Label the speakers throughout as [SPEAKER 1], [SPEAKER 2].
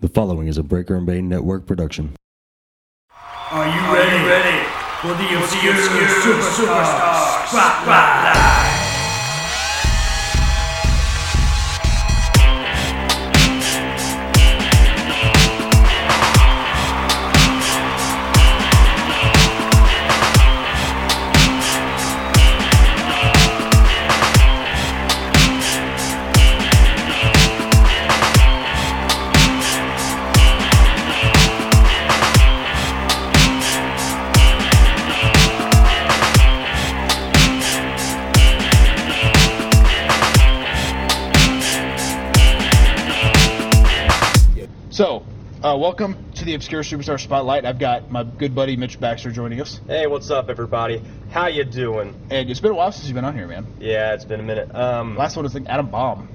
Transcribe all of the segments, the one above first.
[SPEAKER 1] The following is a Breaker and Bane Network production.
[SPEAKER 2] Are you ready? ready for the obscure, superstar spotlight?
[SPEAKER 3] So, uh, welcome to the Obscure Superstar Spotlight. I've got my good buddy Mitch Baxter joining us,
[SPEAKER 4] Hey, what's up, everybody? How you doing?
[SPEAKER 3] and it's been a while since you've been on here, man.
[SPEAKER 4] Yeah, it's been a minute. Um,
[SPEAKER 3] Last one was like Adam Bomb.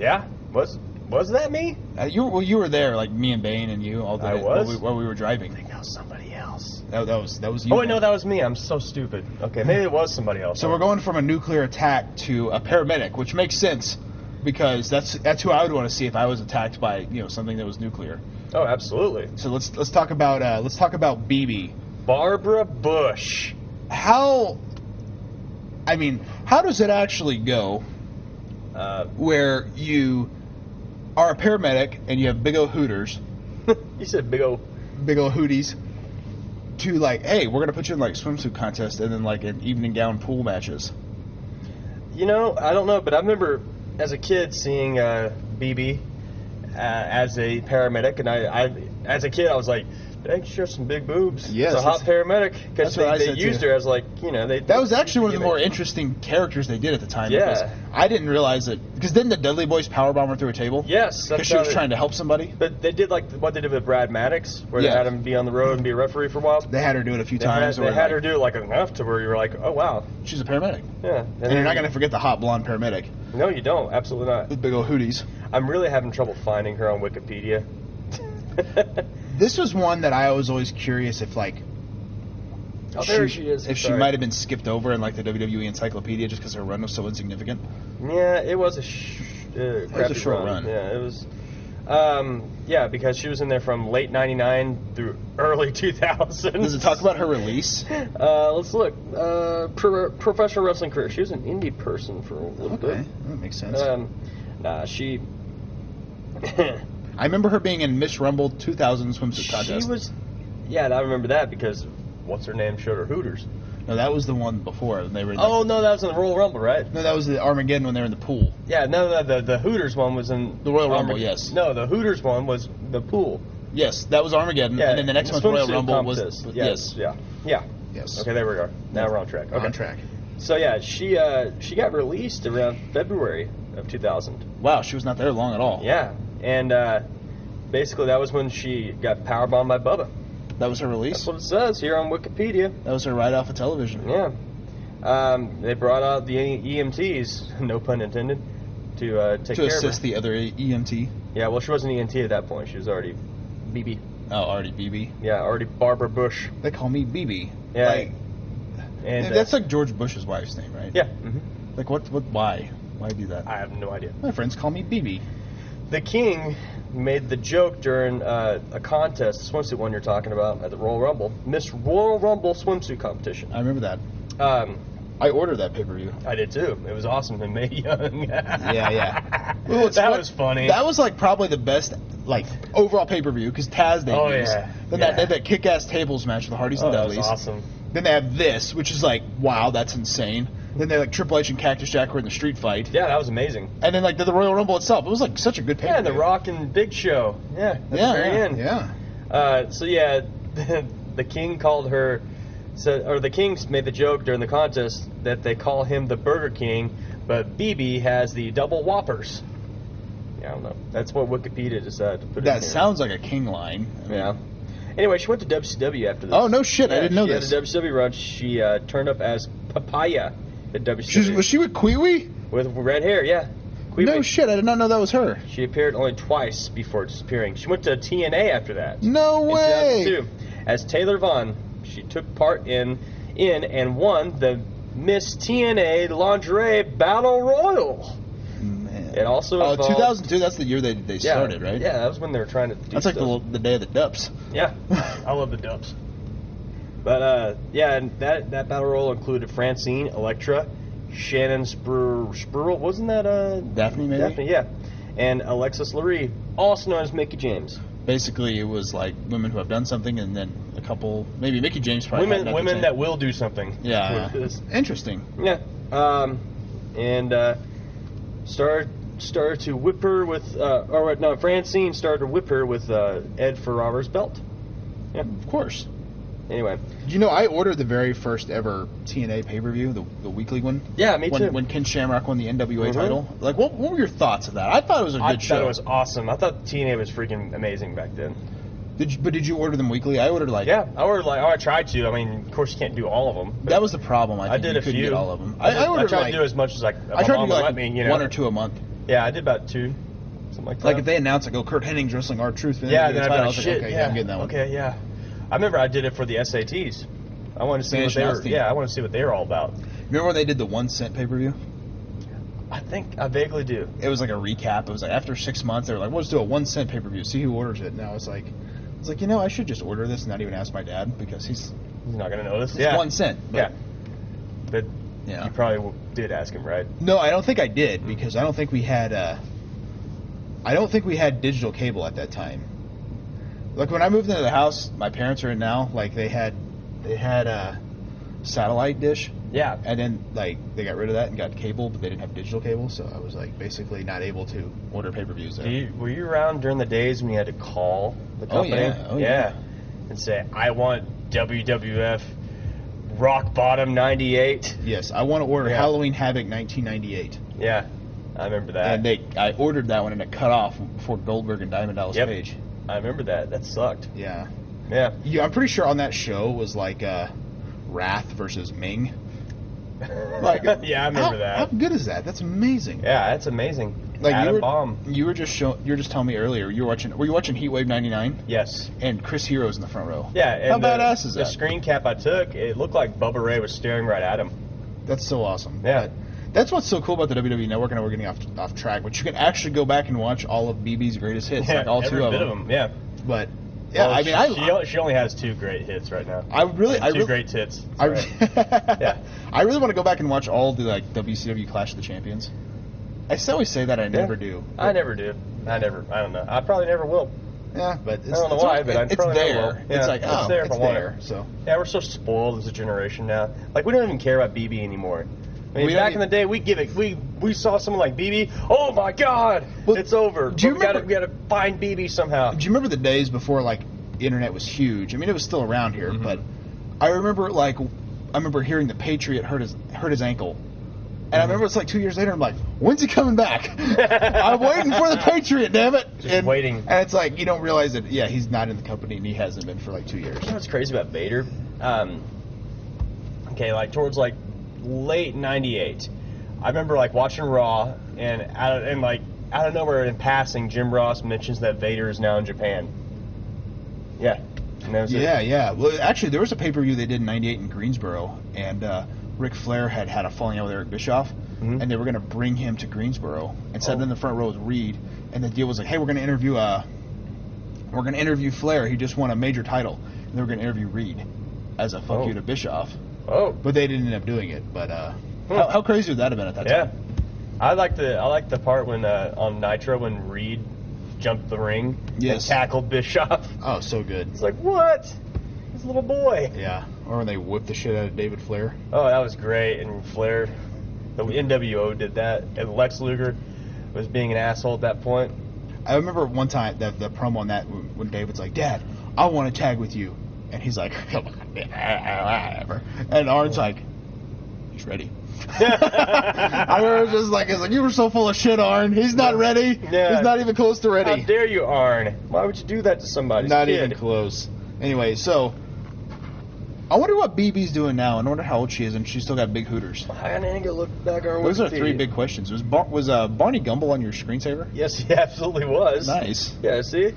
[SPEAKER 4] yeah, was was that me?
[SPEAKER 3] Uh, you were, well, you were there, like me and Bane and you, all the
[SPEAKER 4] I
[SPEAKER 3] While,
[SPEAKER 4] was?
[SPEAKER 3] we, while we were driving.
[SPEAKER 4] No, somebody else.
[SPEAKER 3] That, that was that was you.
[SPEAKER 4] Oh wait,
[SPEAKER 3] man.
[SPEAKER 4] no, that was me. I'm so stupid. Okay, maybe it was somebody else.
[SPEAKER 3] So we're going from a nuclear attack to a paramedic, which makes sense because that's that's who I would want to see if I was attacked by you know something that was nuclear.
[SPEAKER 4] Oh, absolutely.
[SPEAKER 3] So let's let's talk about uh, let's talk about BB.
[SPEAKER 4] Barbara Bush.
[SPEAKER 3] How, I mean, how does it actually go
[SPEAKER 4] Uh,
[SPEAKER 3] where you are a paramedic and you have big ol' hooters,
[SPEAKER 4] you said big old.
[SPEAKER 3] big ol' hooties, to like, hey, we're gonna put you in like swimsuit contest and then like an evening gown pool matches.
[SPEAKER 4] You know, I don't know, but I remember as a kid seeing uh, BB uh, as a paramedic, and I, I, as a kid, I was like, "Dang, she has some big boobs."
[SPEAKER 3] Yes,
[SPEAKER 4] it's a hot
[SPEAKER 3] that's-
[SPEAKER 4] paramedic because
[SPEAKER 3] that's what I
[SPEAKER 4] they, they
[SPEAKER 3] said, too.
[SPEAKER 4] used her as like, you know, they.
[SPEAKER 3] That was actually one of the
[SPEAKER 4] they-
[SPEAKER 3] more interesting characters they did at the time.
[SPEAKER 4] Yeah.
[SPEAKER 3] because I didn't realize it because then the Dudley Boys power bomber through a table.
[SPEAKER 4] Yes,
[SPEAKER 3] because she
[SPEAKER 4] how
[SPEAKER 3] was
[SPEAKER 4] they-
[SPEAKER 3] trying to help somebody.
[SPEAKER 4] But they did like what they did with Brad Maddox, where
[SPEAKER 3] Yeah.
[SPEAKER 4] they had him be on the road and be a referee for a while.
[SPEAKER 3] They had her do it a few
[SPEAKER 4] They had,
[SPEAKER 3] times.
[SPEAKER 4] they
[SPEAKER 3] where,
[SPEAKER 4] had her
[SPEAKER 3] like,
[SPEAKER 4] do it like enough to where you were like, oh wow,
[SPEAKER 3] She's a paramedic,
[SPEAKER 4] yeah.
[SPEAKER 3] and you're not gonna forget the hot blonde paramedic
[SPEAKER 4] No, you don't. Absolutely not.
[SPEAKER 3] with big ol' hooties.
[SPEAKER 4] I'm really having trouble finding her on Wikipedia.
[SPEAKER 3] This was one that I was always curious if like
[SPEAKER 4] oh, there she, is.
[SPEAKER 3] If she
[SPEAKER 4] Sorry.
[SPEAKER 3] might have been skipped over in like the WWE encyclopedia just because her run was so insignificant.
[SPEAKER 4] Yeah, it was a sh- uh, crappy
[SPEAKER 3] short run.
[SPEAKER 4] Yeah, it was. Um, yeah, because she was in there from late '99 through early 2000.
[SPEAKER 3] Does it talk about her release?
[SPEAKER 4] Uh, let's look. Uh, pro- professional wrestling career. She was an indie person for a little
[SPEAKER 3] Okay,
[SPEAKER 4] bit.
[SPEAKER 3] that makes sense.
[SPEAKER 4] Um, nah, she.
[SPEAKER 3] I remember her being in Miss Rumble 2000 swimsuit
[SPEAKER 4] she
[SPEAKER 3] contest.
[SPEAKER 4] was. Yeah, and I remember that because what's her name showed her Hooters.
[SPEAKER 3] no, that was the one before when they were. In the-
[SPEAKER 4] Oh no, that was in the Royal Rumble, right?
[SPEAKER 3] no, that was the Armageddon when they were in the pool.
[SPEAKER 4] Yeah, no, no, the the Hooters one was in
[SPEAKER 3] The Royal Rumble,
[SPEAKER 4] Armaged-
[SPEAKER 3] yes.
[SPEAKER 4] No, the Hooters one was the pool.
[SPEAKER 3] Yes, that was Armageddon,
[SPEAKER 4] Yeah,
[SPEAKER 3] Mm, and then the next one's Royal
[SPEAKER 4] swimsuit
[SPEAKER 3] Rumble
[SPEAKER 4] contest.
[SPEAKER 3] was.
[SPEAKER 4] yes,
[SPEAKER 3] yes,
[SPEAKER 4] yeah, yeah.
[SPEAKER 3] yes.
[SPEAKER 4] Okay, there we are. Now we're on track. Okay.
[SPEAKER 3] On track.
[SPEAKER 4] So yeah, she uh she got released around February of 2000.
[SPEAKER 3] Wow, she was not there long at all.
[SPEAKER 4] Yeah, and uh, basically that was when she got powerbombed by Bubba.
[SPEAKER 3] That was her
[SPEAKER 4] That's
[SPEAKER 3] release.
[SPEAKER 4] what it says here on Wikipedia.
[SPEAKER 3] That was her ride off of television.
[SPEAKER 4] Yeah. Um, they brought out the EMTs, no pun intended, to uh, take
[SPEAKER 3] To
[SPEAKER 4] care
[SPEAKER 3] assist
[SPEAKER 4] of her.
[SPEAKER 3] the other E EMT.
[SPEAKER 4] yeah, well, she wasn't ENT at that point. She was already BB.
[SPEAKER 3] Oh, already BB.
[SPEAKER 4] Yeah, already Barbara Bush.
[SPEAKER 3] They call me BB.
[SPEAKER 4] Yeah.
[SPEAKER 3] Like,
[SPEAKER 4] And uh,
[SPEAKER 3] that's Mm-hmm. like George Bush's wife's name, right?
[SPEAKER 4] yeah, mhm.
[SPEAKER 3] Like what? What? Why? Why do that?
[SPEAKER 4] I have no idea.
[SPEAKER 3] My friends call me BB.
[SPEAKER 4] The King made the joke during uh, a contest, the swimsuit one you're talking about at the Royal Rumble, Miss Royal Rumble swimsuit competition.
[SPEAKER 3] I remember that.
[SPEAKER 4] Um,
[SPEAKER 3] I ordered that pay per view.
[SPEAKER 4] I did too. It was awesome and Mae Young.
[SPEAKER 3] Yeah, yeah.
[SPEAKER 4] that was funny.
[SPEAKER 3] That was like probably the best like overall pay per view because Taz they
[SPEAKER 4] Oh,
[SPEAKER 3] used.
[SPEAKER 4] yeah.
[SPEAKER 3] Then
[SPEAKER 4] Yeah.
[SPEAKER 3] that they had that kick ass tables match with the Hardys
[SPEAKER 4] oh,
[SPEAKER 3] and
[SPEAKER 4] that was
[SPEAKER 3] Dudleys.
[SPEAKER 4] awesome.
[SPEAKER 3] Then they have this, which is like wow, that's insane. Then they had, like Triple H and Cactus Jack were in the street fight,
[SPEAKER 4] Yeah, that was amazing.
[SPEAKER 3] and then like the, the Royal Rumble itself. It was like such a good pay per
[SPEAKER 4] Yeah,
[SPEAKER 3] view.
[SPEAKER 4] and The Rock and Big Show. Yeah, at
[SPEAKER 3] Yeah,
[SPEAKER 4] the very
[SPEAKER 3] yeah,
[SPEAKER 4] end.
[SPEAKER 3] yeah.
[SPEAKER 4] Uh, so yeah, the King called her. So, or the Kings made the joke during the contest that they call him the Burger King, but BB has the double Whoppers. Yeah, I don't know. That's what Wikipedia decided to put. in
[SPEAKER 3] That
[SPEAKER 4] here.
[SPEAKER 3] sounds like a King line. I mean-
[SPEAKER 4] Yeah. Anyway, she went to WCW after this.
[SPEAKER 3] Oh no shit! I
[SPEAKER 4] Yeah,
[SPEAKER 3] didn't know
[SPEAKER 4] she
[SPEAKER 3] this.
[SPEAKER 4] Had a WCW run. She uh, turned up as Papaya at WCW
[SPEAKER 3] She's, was she with Queewee?
[SPEAKER 4] with red hair. Yeah.
[SPEAKER 3] No
[SPEAKER 4] Queequeg.
[SPEAKER 3] shit! I did not know that was her.
[SPEAKER 4] She appeared only twice before disappearing. She went to TNA after that.
[SPEAKER 3] No
[SPEAKER 4] In
[SPEAKER 3] way!
[SPEAKER 4] 2002, as Taylor Vaughn, she took part in in and won the Miss TNA Lingerie Battle Royal. It also
[SPEAKER 3] Uh,
[SPEAKER 4] involved-
[SPEAKER 3] 2002. That's the year they they
[SPEAKER 4] yeah,
[SPEAKER 3] started, right?
[SPEAKER 4] Yeah, that was when they were trying to. Do
[SPEAKER 3] That's like the,
[SPEAKER 4] stuff.
[SPEAKER 3] little- the day of the Dups.
[SPEAKER 4] Yeah, I love the dubs. But uh, yeah, and that that battle roll included Francine, Electra, Shannon Spru- Spruill. Wasn't that uh
[SPEAKER 3] Daphne, maybe.
[SPEAKER 4] Daphne? Yeah, and Alexis Lurie, also known as Mickey James.
[SPEAKER 3] Basically, it was like women who have done something, and then a couple, maybe Mickey James probably. had
[SPEAKER 4] women
[SPEAKER 3] nothing
[SPEAKER 4] women
[SPEAKER 3] to-
[SPEAKER 4] that will do something.
[SPEAKER 3] Yeah.
[SPEAKER 4] With this.
[SPEAKER 3] Interesting.
[SPEAKER 4] Yeah. Um, and uh, started started to whip her with uh, or no Francine started to whip her with uh, Ed Ferrara's belt.
[SPEAKER 3] Of course.
[SPEAKER 4] Anyway.
[SPEAKER 3] You know, I ordered the very first ever TNA pay per view, the, the weekly one.
[SPEAKER 4] Yeah, me
[SPEAKER 3] when,
[SPEAKER 4] too.
[SPEAKER 3] When Ken Shamrock won the NWA
[SPEAKER 4] Mhm.
[SPEAKER 3] title. Like, what, what were your thoughts of that? I thought it was a good
[SPEAKER 4] I thought
[SPEAKER 3] show.
[SPEAKER 4] it was awesome. I thought TNA was freaking amazing back then.
[SPEAKER 3] Did you, but did you order them weekly? I ordered like.
[SPEAKER 4] Yeah, I ordered like, oh, I tried to. I mean, of course you can't do all of them.
[SPEAKER 3] That was the problem. I,
[SPEAKER 4] I
[SPEAKER 3] think.
[SPEAKER 4] did
[SPEAKER 3] you
[SPEAKER 4] a
[SPEAKER 3] couldn't
[SPEAKER 4] few.
[SPEAKER 3] Get all of them.
[SPEAKER 4] I,
[SPEAKER 3] I,
[SPEAKER 4] did- I
[SPEAKER 3] ordered
[SPEAKER 4] tried
[SPEAKER 3] like,
[SPEAKER 4] to do as much as I. my
[SPEAKER 3] I tried to
[SPEAKER 4] mom
[SPEAKER 3] do
[SPEAKER 4] would
[SPEAKER 3] like
[SPEAKER 4] let me, you know.
[SPEAKER 3] one or two a month.
[SPEAKER 4] Yeah, I did about two, something like that.
[SPEAKER 3] Like if they announce like, oh, Kurt Henning's wrestling our truth. and
[SPEAKER 4] yeah,
[SPEAKER 3] they do the
[SPEAKER 4] then I'd be
[SPEAKER 3] title, I
[SPEAKER 4] like,
[SPEAKER 3] was like,
[SPEAKER 4] shit,
[SPEAKER 3] okay,
[SPEAKER 4] yeah,
[SPEAKER 3] I'm getting that one.
[SPEAKER 4] Okay, yeah. I remember I did it for the SATs. I wanted to see
[SPEAKER 3] Spanish
[SPEAKER 4] what they
[SPEAKER 3] Nazi
[SPEAKER 4] were.
[SPEAKER 3] team.
[SPEAKER 4] Yeah, I want to see what they were all about.
[SPEAKER 3] Remember when they did the one cent pay per view?
[SPEAKER 4] I think I vaguely do.
[SPEAKER 3] It was like a recap. It was like after six months, they were like, well, let's do a one cent pay per view. See who orders it. And I was like, I was like, you know, I should just order this and not even ask my dad because he's
[SPEAKER 4] He's not gonna notice.
[SPEAKER 3] it's
[SPEAKER 4] yeah,
[SPEAKER 3] one cent. But,
[SPEAKER 4] yeah. But
[SPEAKER 3] Yeah.
[SPEAKER 4] you probably w- did ask him, right?
[SPEAKER 3] No, I don't think I did because I don't think we had. Uh, I don't think we had digital cable at that time. Like when I moved into the house my parents are in now, like they had, they had a satellite dish,
[SPEAKER 4] Yeah.
[SPEAKER 3] and then like they got rid of that and got cable, but they didn't have digital cable, so I was like basically not able to order pay per views
[SPEAKER 4] Do
[SPEAKER 3] there.
[SPEAKER 4] you, were you around during the days when you had to call the
[SPEAKER 3] Oh,
[SPEAKER 4] company?
[SPEAKER 3] yeah. Oh, yeah.
[SPEAKER 4] And say, I want WWF Rock Bottom 98.
[SPEAKER 3] Yes, I want to order
[SPEAKER 4] Yeah.
[SPEAKER 3] Halloween Havoc 1998,
[SPEAKER 4] Yeah, I remember that.
[SPEAKER 3] and they I ordered that one and it cut off before Goldberg and Diamond Dallas
[SPEAKER 4] Yep.
[SPEAKER 3] Page.
[SPEAKER 4] I remember that. That sucked.
[SPEAKER 3] Yeah.
[SPEAKER 4] Yeah.
[SPEAKER 3] Yeah, I'm pretty sure on that show was like uh, Wrath versus Ming. Like,
[SPEAKER 4] yeah, I
[SPEAKER 3] how,
[SPEAKER 4] remember that.
[SPEAKER 3] How good is that? That's amazing.
[SPEAKER 4] yeah, that's amazing.
[SPEAKER 3] Like
[SPEAKER 4] Adam
[SPEAKER 3] you were,
[SPEAKER 4] Bomb.
[SPEAKER 3] you were just showing, you were just telling me earlier. You were watching. Were you watching Heat Wave '99?
[SPEAKER 4] Yes.
[SPEAKER 3] And Chris Hero's in the front row.
[SPEAKER 4] Yeah. And
[SPEAKER 3] How
[SPEAKER 4] the,
[SPEAKER 3] badass is
[SPEAKER 4] The
[SPEAKER 3] that?
[SPEAKER 4] screen cap I took, it looked like Bubba Ray was staring right at him.
[SPEAKER 3] That's so awesome.
[SPEAKER 4] Yeah.
[SPEAKER 3] That- that's what's so cool about the WWE Network. I know we're getting off off track, but you can actually go back and watch all of BB's greatest hits, like all
[SPEAKER 4] every
[SPEAKER 3] two of
[SPEAKER 4] bit
[SPEAKER 3] them.
[SPEAKER 4] of them. Yeah.
[SPEAKER 3] But yeah,
[SPEAKER 4] Well,
[SPEAKER 3] I
[SPEAKER 4] she,
[SPEAKER 3] mean, I
[SPEAKER 4] she, she only has two great hits right now.
[SPEAKER 3] I really,
[SPEAKER 4] two
[SPEAKER 3] I really,
[SPEAKER 4] great hits.
[SPEAKER 3] I,
[SPEAKER 4] Right. Yeah.
[SPEAKER 3] I really want to go back and watch all the like WCW Clash of the Champions. I s- always say that I never do.
[SPEAKER 4] I never do. I never. I don't know. I probably never will.
[SPEAKER 3] Yeah, but it's,
[SPEAKER 4] I don't know
[SPEAKER 3] it's
[SPEAKER 4] why,
[SPEAKER 3] always-
[SPEAKER 4] but I
[SPEAKER 3] it's
[SPEAKER 4] probably
[SPEAKER 3] there.
[SPEAKER 4] will. Yeah,
[SPEAKER 3] it's like
[SPEAKER 4] it's
[SPEAKER 3] oh,
[SPEAKER 4] there if I want it.
[SPEAKER 3] So
[SPEAKER 4] Yeah, we're so spoiled as a generation now. Like we don't even care about BB anymore. I mean,
[SPEAKER 3] We don't
[SPEAKER 4] back in
[SPEAKER 3] e-
[SPEAKER 4] the day, we give it. We we saw someone like BB. Oh my God,
[SPEAKER 3] Well,
[SPEAKER 4] it's over.
[SPEAKER 3] do you
[SPEAKER 4] But we gotta,
[SPEAKER 3] remember-
[SPEAKER 4] we gotta find BB somehow.
[SPEAKER 3] do you remember the days before like the internet was huge? I mean, it was still around here,
[SPEAKER 4] Mhm.
[SPEAKER 3] but I remember like I remember hearing the Patriot hurt his hurt his ankle. And
[SPEAKER 4] Mm-hmm.
[SPEAKER 3] I remember it's like two years later. I'm like, when's he coming back? I'm waiting for the Patriot, damn it!
[SPEAKER 4] Just waiting.
[SPEAKER 3] And it's like you don't realize that. Yeah, he's not in the company, and he hasn't been for like two years.
[SPEAKER 4] You know what's crazy about Vader? Um, okay, like towards like late '98, I remember like watching Raw, and out and like out of nowhere in passing, Jim Ross mentions that Vader is now in Japan. Yeah, and that was it.
[SPEAKER 3] Yeah, yeah. Well, actually, there was a pay per view they did in '98 in Greensboro, and uh, Ric Flair had had a falling out with Eric Bischoff,
[SPEAKER 4] Mhm.
[SPEAKER 3] and they were going to bring him to Greensboro and set him
[SPEAKER 4] Oh.
[SPEAKER 3] in the front row with Reed. And the deal was like, hey, we're going to interview uh, we're going to interview Flair. He just won a major title, and they were going to interview Reed as a fuck
[SPEAKER 4] Oh.
[SPEAKER 3] you to Bischoff.
[SPEAKER 4] Oh,
[SPEAKER 3] But they didn't end up doing it. But uh,
[SPEAKER 4] Hmm.
[SPEAKER 3] how, how crazy would that have been at that
[SPEAKER 4] yeah.
[SPEAKER 3] time?
[SPEAKER 4] I like the I like the part when uh, on Nitro when Reed jumped the ring
[SPEAKER 3] Yes.
[SPEAKER 4] and tackled Bischoff.
[SPEAKER 3] Oh, so good.
[SPEAKER 4] It's like what? This little boy.
[SPEAKER 3] Yeah. Or when they whipped the shit out of David Flair.
[SPEAKER 4] Oh, that was great. And Flair, the NWO did that. And Lex Luger was being an asshole at that point.
[SPEAKER 3] I remember one time that the promo on that w- when David's like, "Dad, I want to tag with you," and he's like, "Whatever," and Arn's like, "He's ready." I remember just like, "It's like you were so full of shit, Arn. He's not ready.
[SPEAKER 4] Yeah.
[SPEAKER 3] He's not even close to
[SPEAKER 4] How
[SPEAKER 3] ready.
[SPEAKER 4] dare you, Arn? Why would you do that to somebody?
[SPEAKER 3] Not even close." Anyway, so I wonder what BB's doing now. and I wonder how old she is, and she's still got big hooters.
[SPEAKER 4] I need to look back on
[SPEAKER 3] Those are three
[SPEAKER 4] Wikipedia.
[SPEAKER 3] big questions. Was Bar- was uh, Barney Gumble on your screensaver?
[SPEAKER 4] Yes, he absolutely was.
[SPEAKER 3] Nice.
[SPEAKER 4] Yeah, see?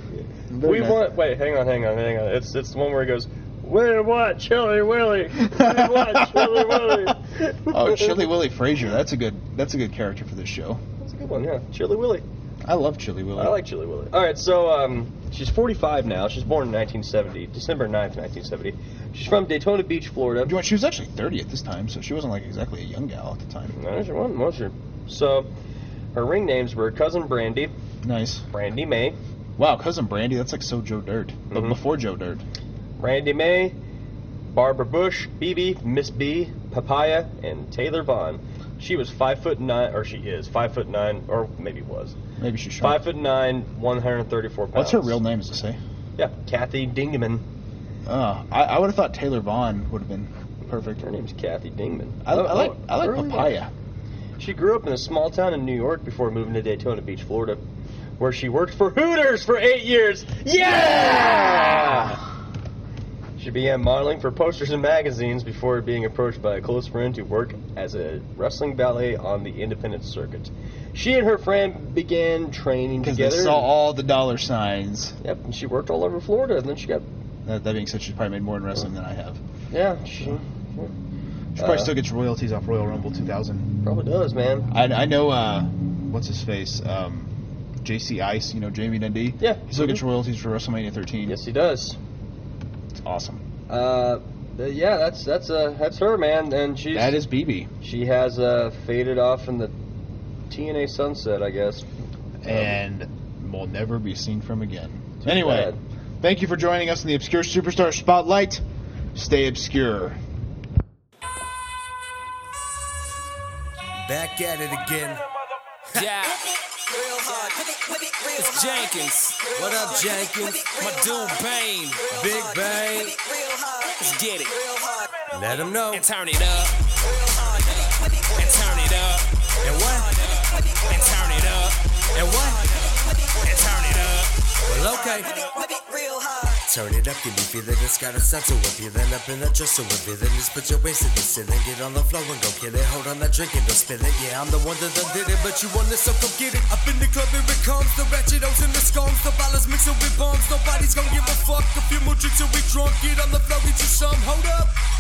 [SPEAKER 3] Very
[SPEAKER 4] we
[SPEAKER 3] nice.
[SPEAKER 4] want. Wait, hang on, hang on, hang on. It's it's the one where he goes, Winner what? Chili Willy. Winner what? Chili Willy.
[SPEAKER 3] Oh, Chili Willy Frazier. That's a good. That's a good character for this show.
[SPEAKER 4] That's a good one. Yeah, Chili Willy.
[SPEAKER 3] I love Chili Willy.
[SPEAKER 4] I like Chili Willy. All right, so um, she's 45 now. She's born in 1970, December 9th, 1970. She's from Daytona Beach, Florida.
[SPEAKER 3] You know, she was actually 30 at this time, so she wasn't like exactly a young gal at the time.
[SPEAKER 4] No, she wasn't, was she? So, her ring names were Cousin Brandy,
[SPEAKER 3] Nice.
[SPEAKER 4] Brandy May,
[SPEAKER 3] Wow, cousin Brandy, that's like so Joe Dirt, but
[SPEAKER 4] Mhm.
[SPEAKER 3] before Joe Dirt.
[SPEAKER 4] Brandy May, Barbara Bush, BB, Miss B, Papaya, and Taylor Vaughn. She was five foot nine, or she is five foot nine, or maybe was
[SPEAKER 3] Maybe she should.
[SPEAKER 4] five foot nine, 134 pounds.
[SPEAKER 3] What's her real name? Is it say?
[SPEAKER 4] Yeah, Kathy Dingaman.
[SPEAKER 3] Uh, I, I would have thought Taylor Vaughn would have been perfect.
[SPEAKER 4] Her name's Kathy Dingman.
[SPEAKER 3] I,
[SPEAKER 4] Oh,
[SPEAKER 3] I like
[SPEAKER 4] oh,
[SPEAKER 3] I like
[SPEAKER 4] early
[SPEAKER 3] papaya.
[SPEAKER 4] She grew up in a small town in New York before moving to Daytona Beach, Florida, where she worked for Hooters for eight years. Yeah! She began modeling for posters and magazines before being approached by a close friend to work as a wrestling ballet on the independent circuit. She and her friend began training
[SPEAKER 3] Because they
[SPEAKER 4] together.
[SPEAKER 3] saw all the dollar signs.
[SPEAKER 4] Yep, and she worked all over Florida, and then she got
[SPEAKER 3] That, that being said, she's probably made more in wrestling than I have.
[SPEAKER 4] yeah, she
[SPEAKER 3] She probably
[SPEAKER 4] Uh,
[SPEAKER 3] still gets royalties off Royal Rumble 2000.
[SPEAKER 4] probably does, man.
[SPEAKER 3] I, I know, uh, what's his face? Um, JC Ice, you know, Jamie Dundee.
[SPEAKER 4] Yeah,
[SPEAKER 3] He still gets
[SPEAKER 4] mhm.
[SPEAKER 3] royalties for WrestleMania 13.
[SPEAKER 4] Yes, he does.
[SPEAKER 3] It's awesome.
[SPEAKER 4] Uh, but yeah, that's that's uh that's her, man, and she's
[SPEAKER 3] That is BB.
[SPEAKER 4] She has uh, faded off in the TNA sunset, I guess.
[SPEAKER 3] And will never be seen from again.
[SPEAKER 4] Too
[SPEAKER 3] Anyway,
[SPEAKER 4] bad.
[SPEAKER 3] thank you for joining us in the Obscure Superstar Spotlight. Stay obscure.
[SPEAKER 5] Back at it again.
[SPEAKER 6] Yeah,
[SPEAKER 5] Real hard.
[SPEAKER 6] it's Jenkins.
[SPEAKER 5] What up, Jenkins?
[SPEAKER 6] My dude Bane.
[SPEAKER 5] Big Bang.
[SPEAKER 6] Let's get it.
[SPEAKER 5] Let him know.
[SPEAKER 6] And turn it up. And turn it up.
[SPEAKER 5] And what?
[SPEAKER 6] And turn it up.
[SPEAKER 5] And what?
[SPEAKER 6] And turn it up.
[SPEAKER 5] Well, okay. Turn it up, give me feeling it's got a sensor with you. Then up in the dresser with you. Then just put your waist in the ceiling. Get on the floor and go kill it. Hold on that drink and don't spill it. Yeah, I'm the one that done did it, but you want this, so go get it. Up in the club, here it comes. The ratchet O's and the scones. The ballers mixing with bombs. Nobody's gonna give a fuck. A few more drinks and we drunk. Get on the floor, get you some. Hold up.